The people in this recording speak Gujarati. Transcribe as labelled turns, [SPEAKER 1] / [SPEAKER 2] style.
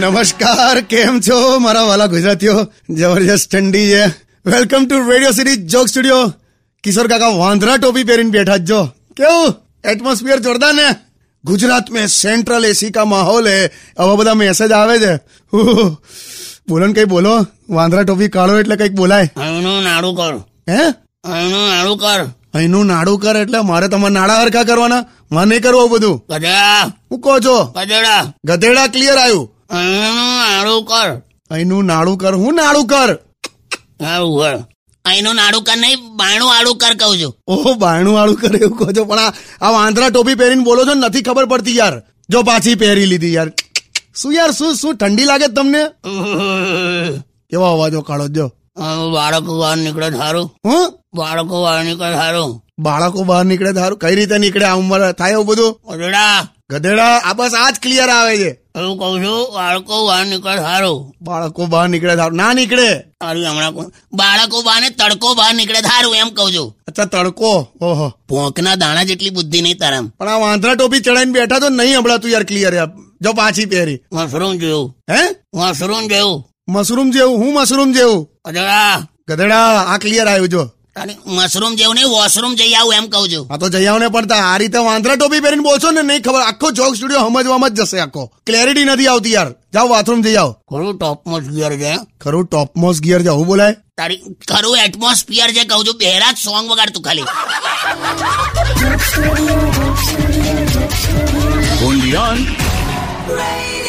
[SPEAKER 1] નમસ્કાર કેમ છો મારા વાલા ગુજરાતીઓ જબરજસ્ત ઠંડી છે welcome to radio city joke studio Kishore કાકા વાંદરા ટોપી પહેરીને બેઠા જ જો કેવું એટમોસ્ફિયર જોરદાર ને ગુજરાત મેં સેન્ટ્રલ એસી કા માહોલ હે આવા બધા મેસેજ આવે છે ઉહ, બોલો ને કઈ બોલો વાંદરા ટોપી કાઢો એટલે કઈક બોલાય
[SPEAKER 2] અહીંનું નાડું કર
[SPEAKER 1] હે
[SPEAKER 2] અહીંનું નાડું કર
[SPEAKER 1] અહીંનું નાડું કર એટલે મારે તમારે નાડા હરખા કરવાના મને નહીં કરવું આવું બધું
[SPEAKER 2] ગધેડા
[SPEAKER 1] હું કહો છો
[SPEAKER 2] ગધેડા
[SPEAKER 1] ગધેડા ક્લિયર આવ્યું
[SPEAKER 2] અહીંનું નાડું કર
[SPEAKER 1] અહીંનું નાડું કર હું નાડું કર
[SPEAKER 2] સારું કર અહીંનું નાડું કર નહીં બાણું આડું કર કહું છું
[SPEAKER 1] ઓહો બાયણું વાળું કરે એવું કહો છો પણ આ- આ વાંદરા ટોપી પહેરીને બોલો છો ને નથી ખબર પડતી યાર જો પાછી પહેરી લીધી યાર શું યાર શું શું ઠંડી લાગે છે તમને કેવો અવાજો કાઢો છો? જો
[SPEAKER 2] હવે બાળકો બહાર નીકળે સારું
[SPEAKER 1] હું
[SPEAKER 2] બાળકો બહાર નીકળે સારું
[SPEAKER 1] બાળકો બહાર નીકળે ધારું કઈ રીતે નીકળે આ ઉંમર થાય એવું બધું
[SPEAKER 2] ગધેડા
[SPEAKER 1] ગધેડા આ બસ આ જ ક્લિયર આવે છે
[SPEAKER 2] એવું કહું છું બાળકો બહાર નીકળે સારું
[SPEAKER 1] બાળકો બહાર નીકળે ધારું ના નીકળે
[SPEAKER 2] સારું હમણાં કોણ બાળકો બહાર ને તડકો બહાર નીકળે સારું એમ કહું છું
[SPEAKER 1] અચ્છા તડકો ઓહો
[SPEAKER 2] ભોંકના દાણા જેટલી બુદ્ધિ નહીં તારામ
[SPEAKER 1] પણ આ વાંદરા ટોપી ચડાઈને બેઠા તો નહીં હમણાં તું યાર ક્લિયર જો પાછી પહેરી
[SPEAKER 2] મશરૂમ જોયું
[SPEAKER 1] હે
[SPEAKER 2] મશરૂમ જોયું
[SPEAKER 1] મશરૂમ જેવું હું મશરૂમ જેવું
[SPEAKER 2] ગધેડા
[SPEAKER 1] ગધેડા આ ક્લિયર આવ્યું જો
[SPEAKER 2] તારે મશરૂમ જેવું નહીં વોશરૂમ જઈ આવું એમ કહું છું
[SPEAKER 1] આ તો જયાઓને પણ તા આ રીતે વાંદરા ટોપી પહેરીને બોલશો ને નહીં ખબર આખો જોક સ્ટુડિયો સમજવામાં જ જશે આખો ક્લેરિટી નથી આવતી યાર જાઓ બાથરૂમ જઈ આવો
[SPEAKER 2] ખરું ટોપમોસ્ટ ગિયર છે
[SPEAKER 1] ખરું ટોપ મોસ્ટ ગિયર જવું બોલાય
[SPEAKER 2] તારી ખરું એટમોસ્ફિયર છે કહું છું બહેરા જ સોંગ વગાડ તું ખાલી
[SPEAKER 3] Undian.
[SPEAKER 4] Radio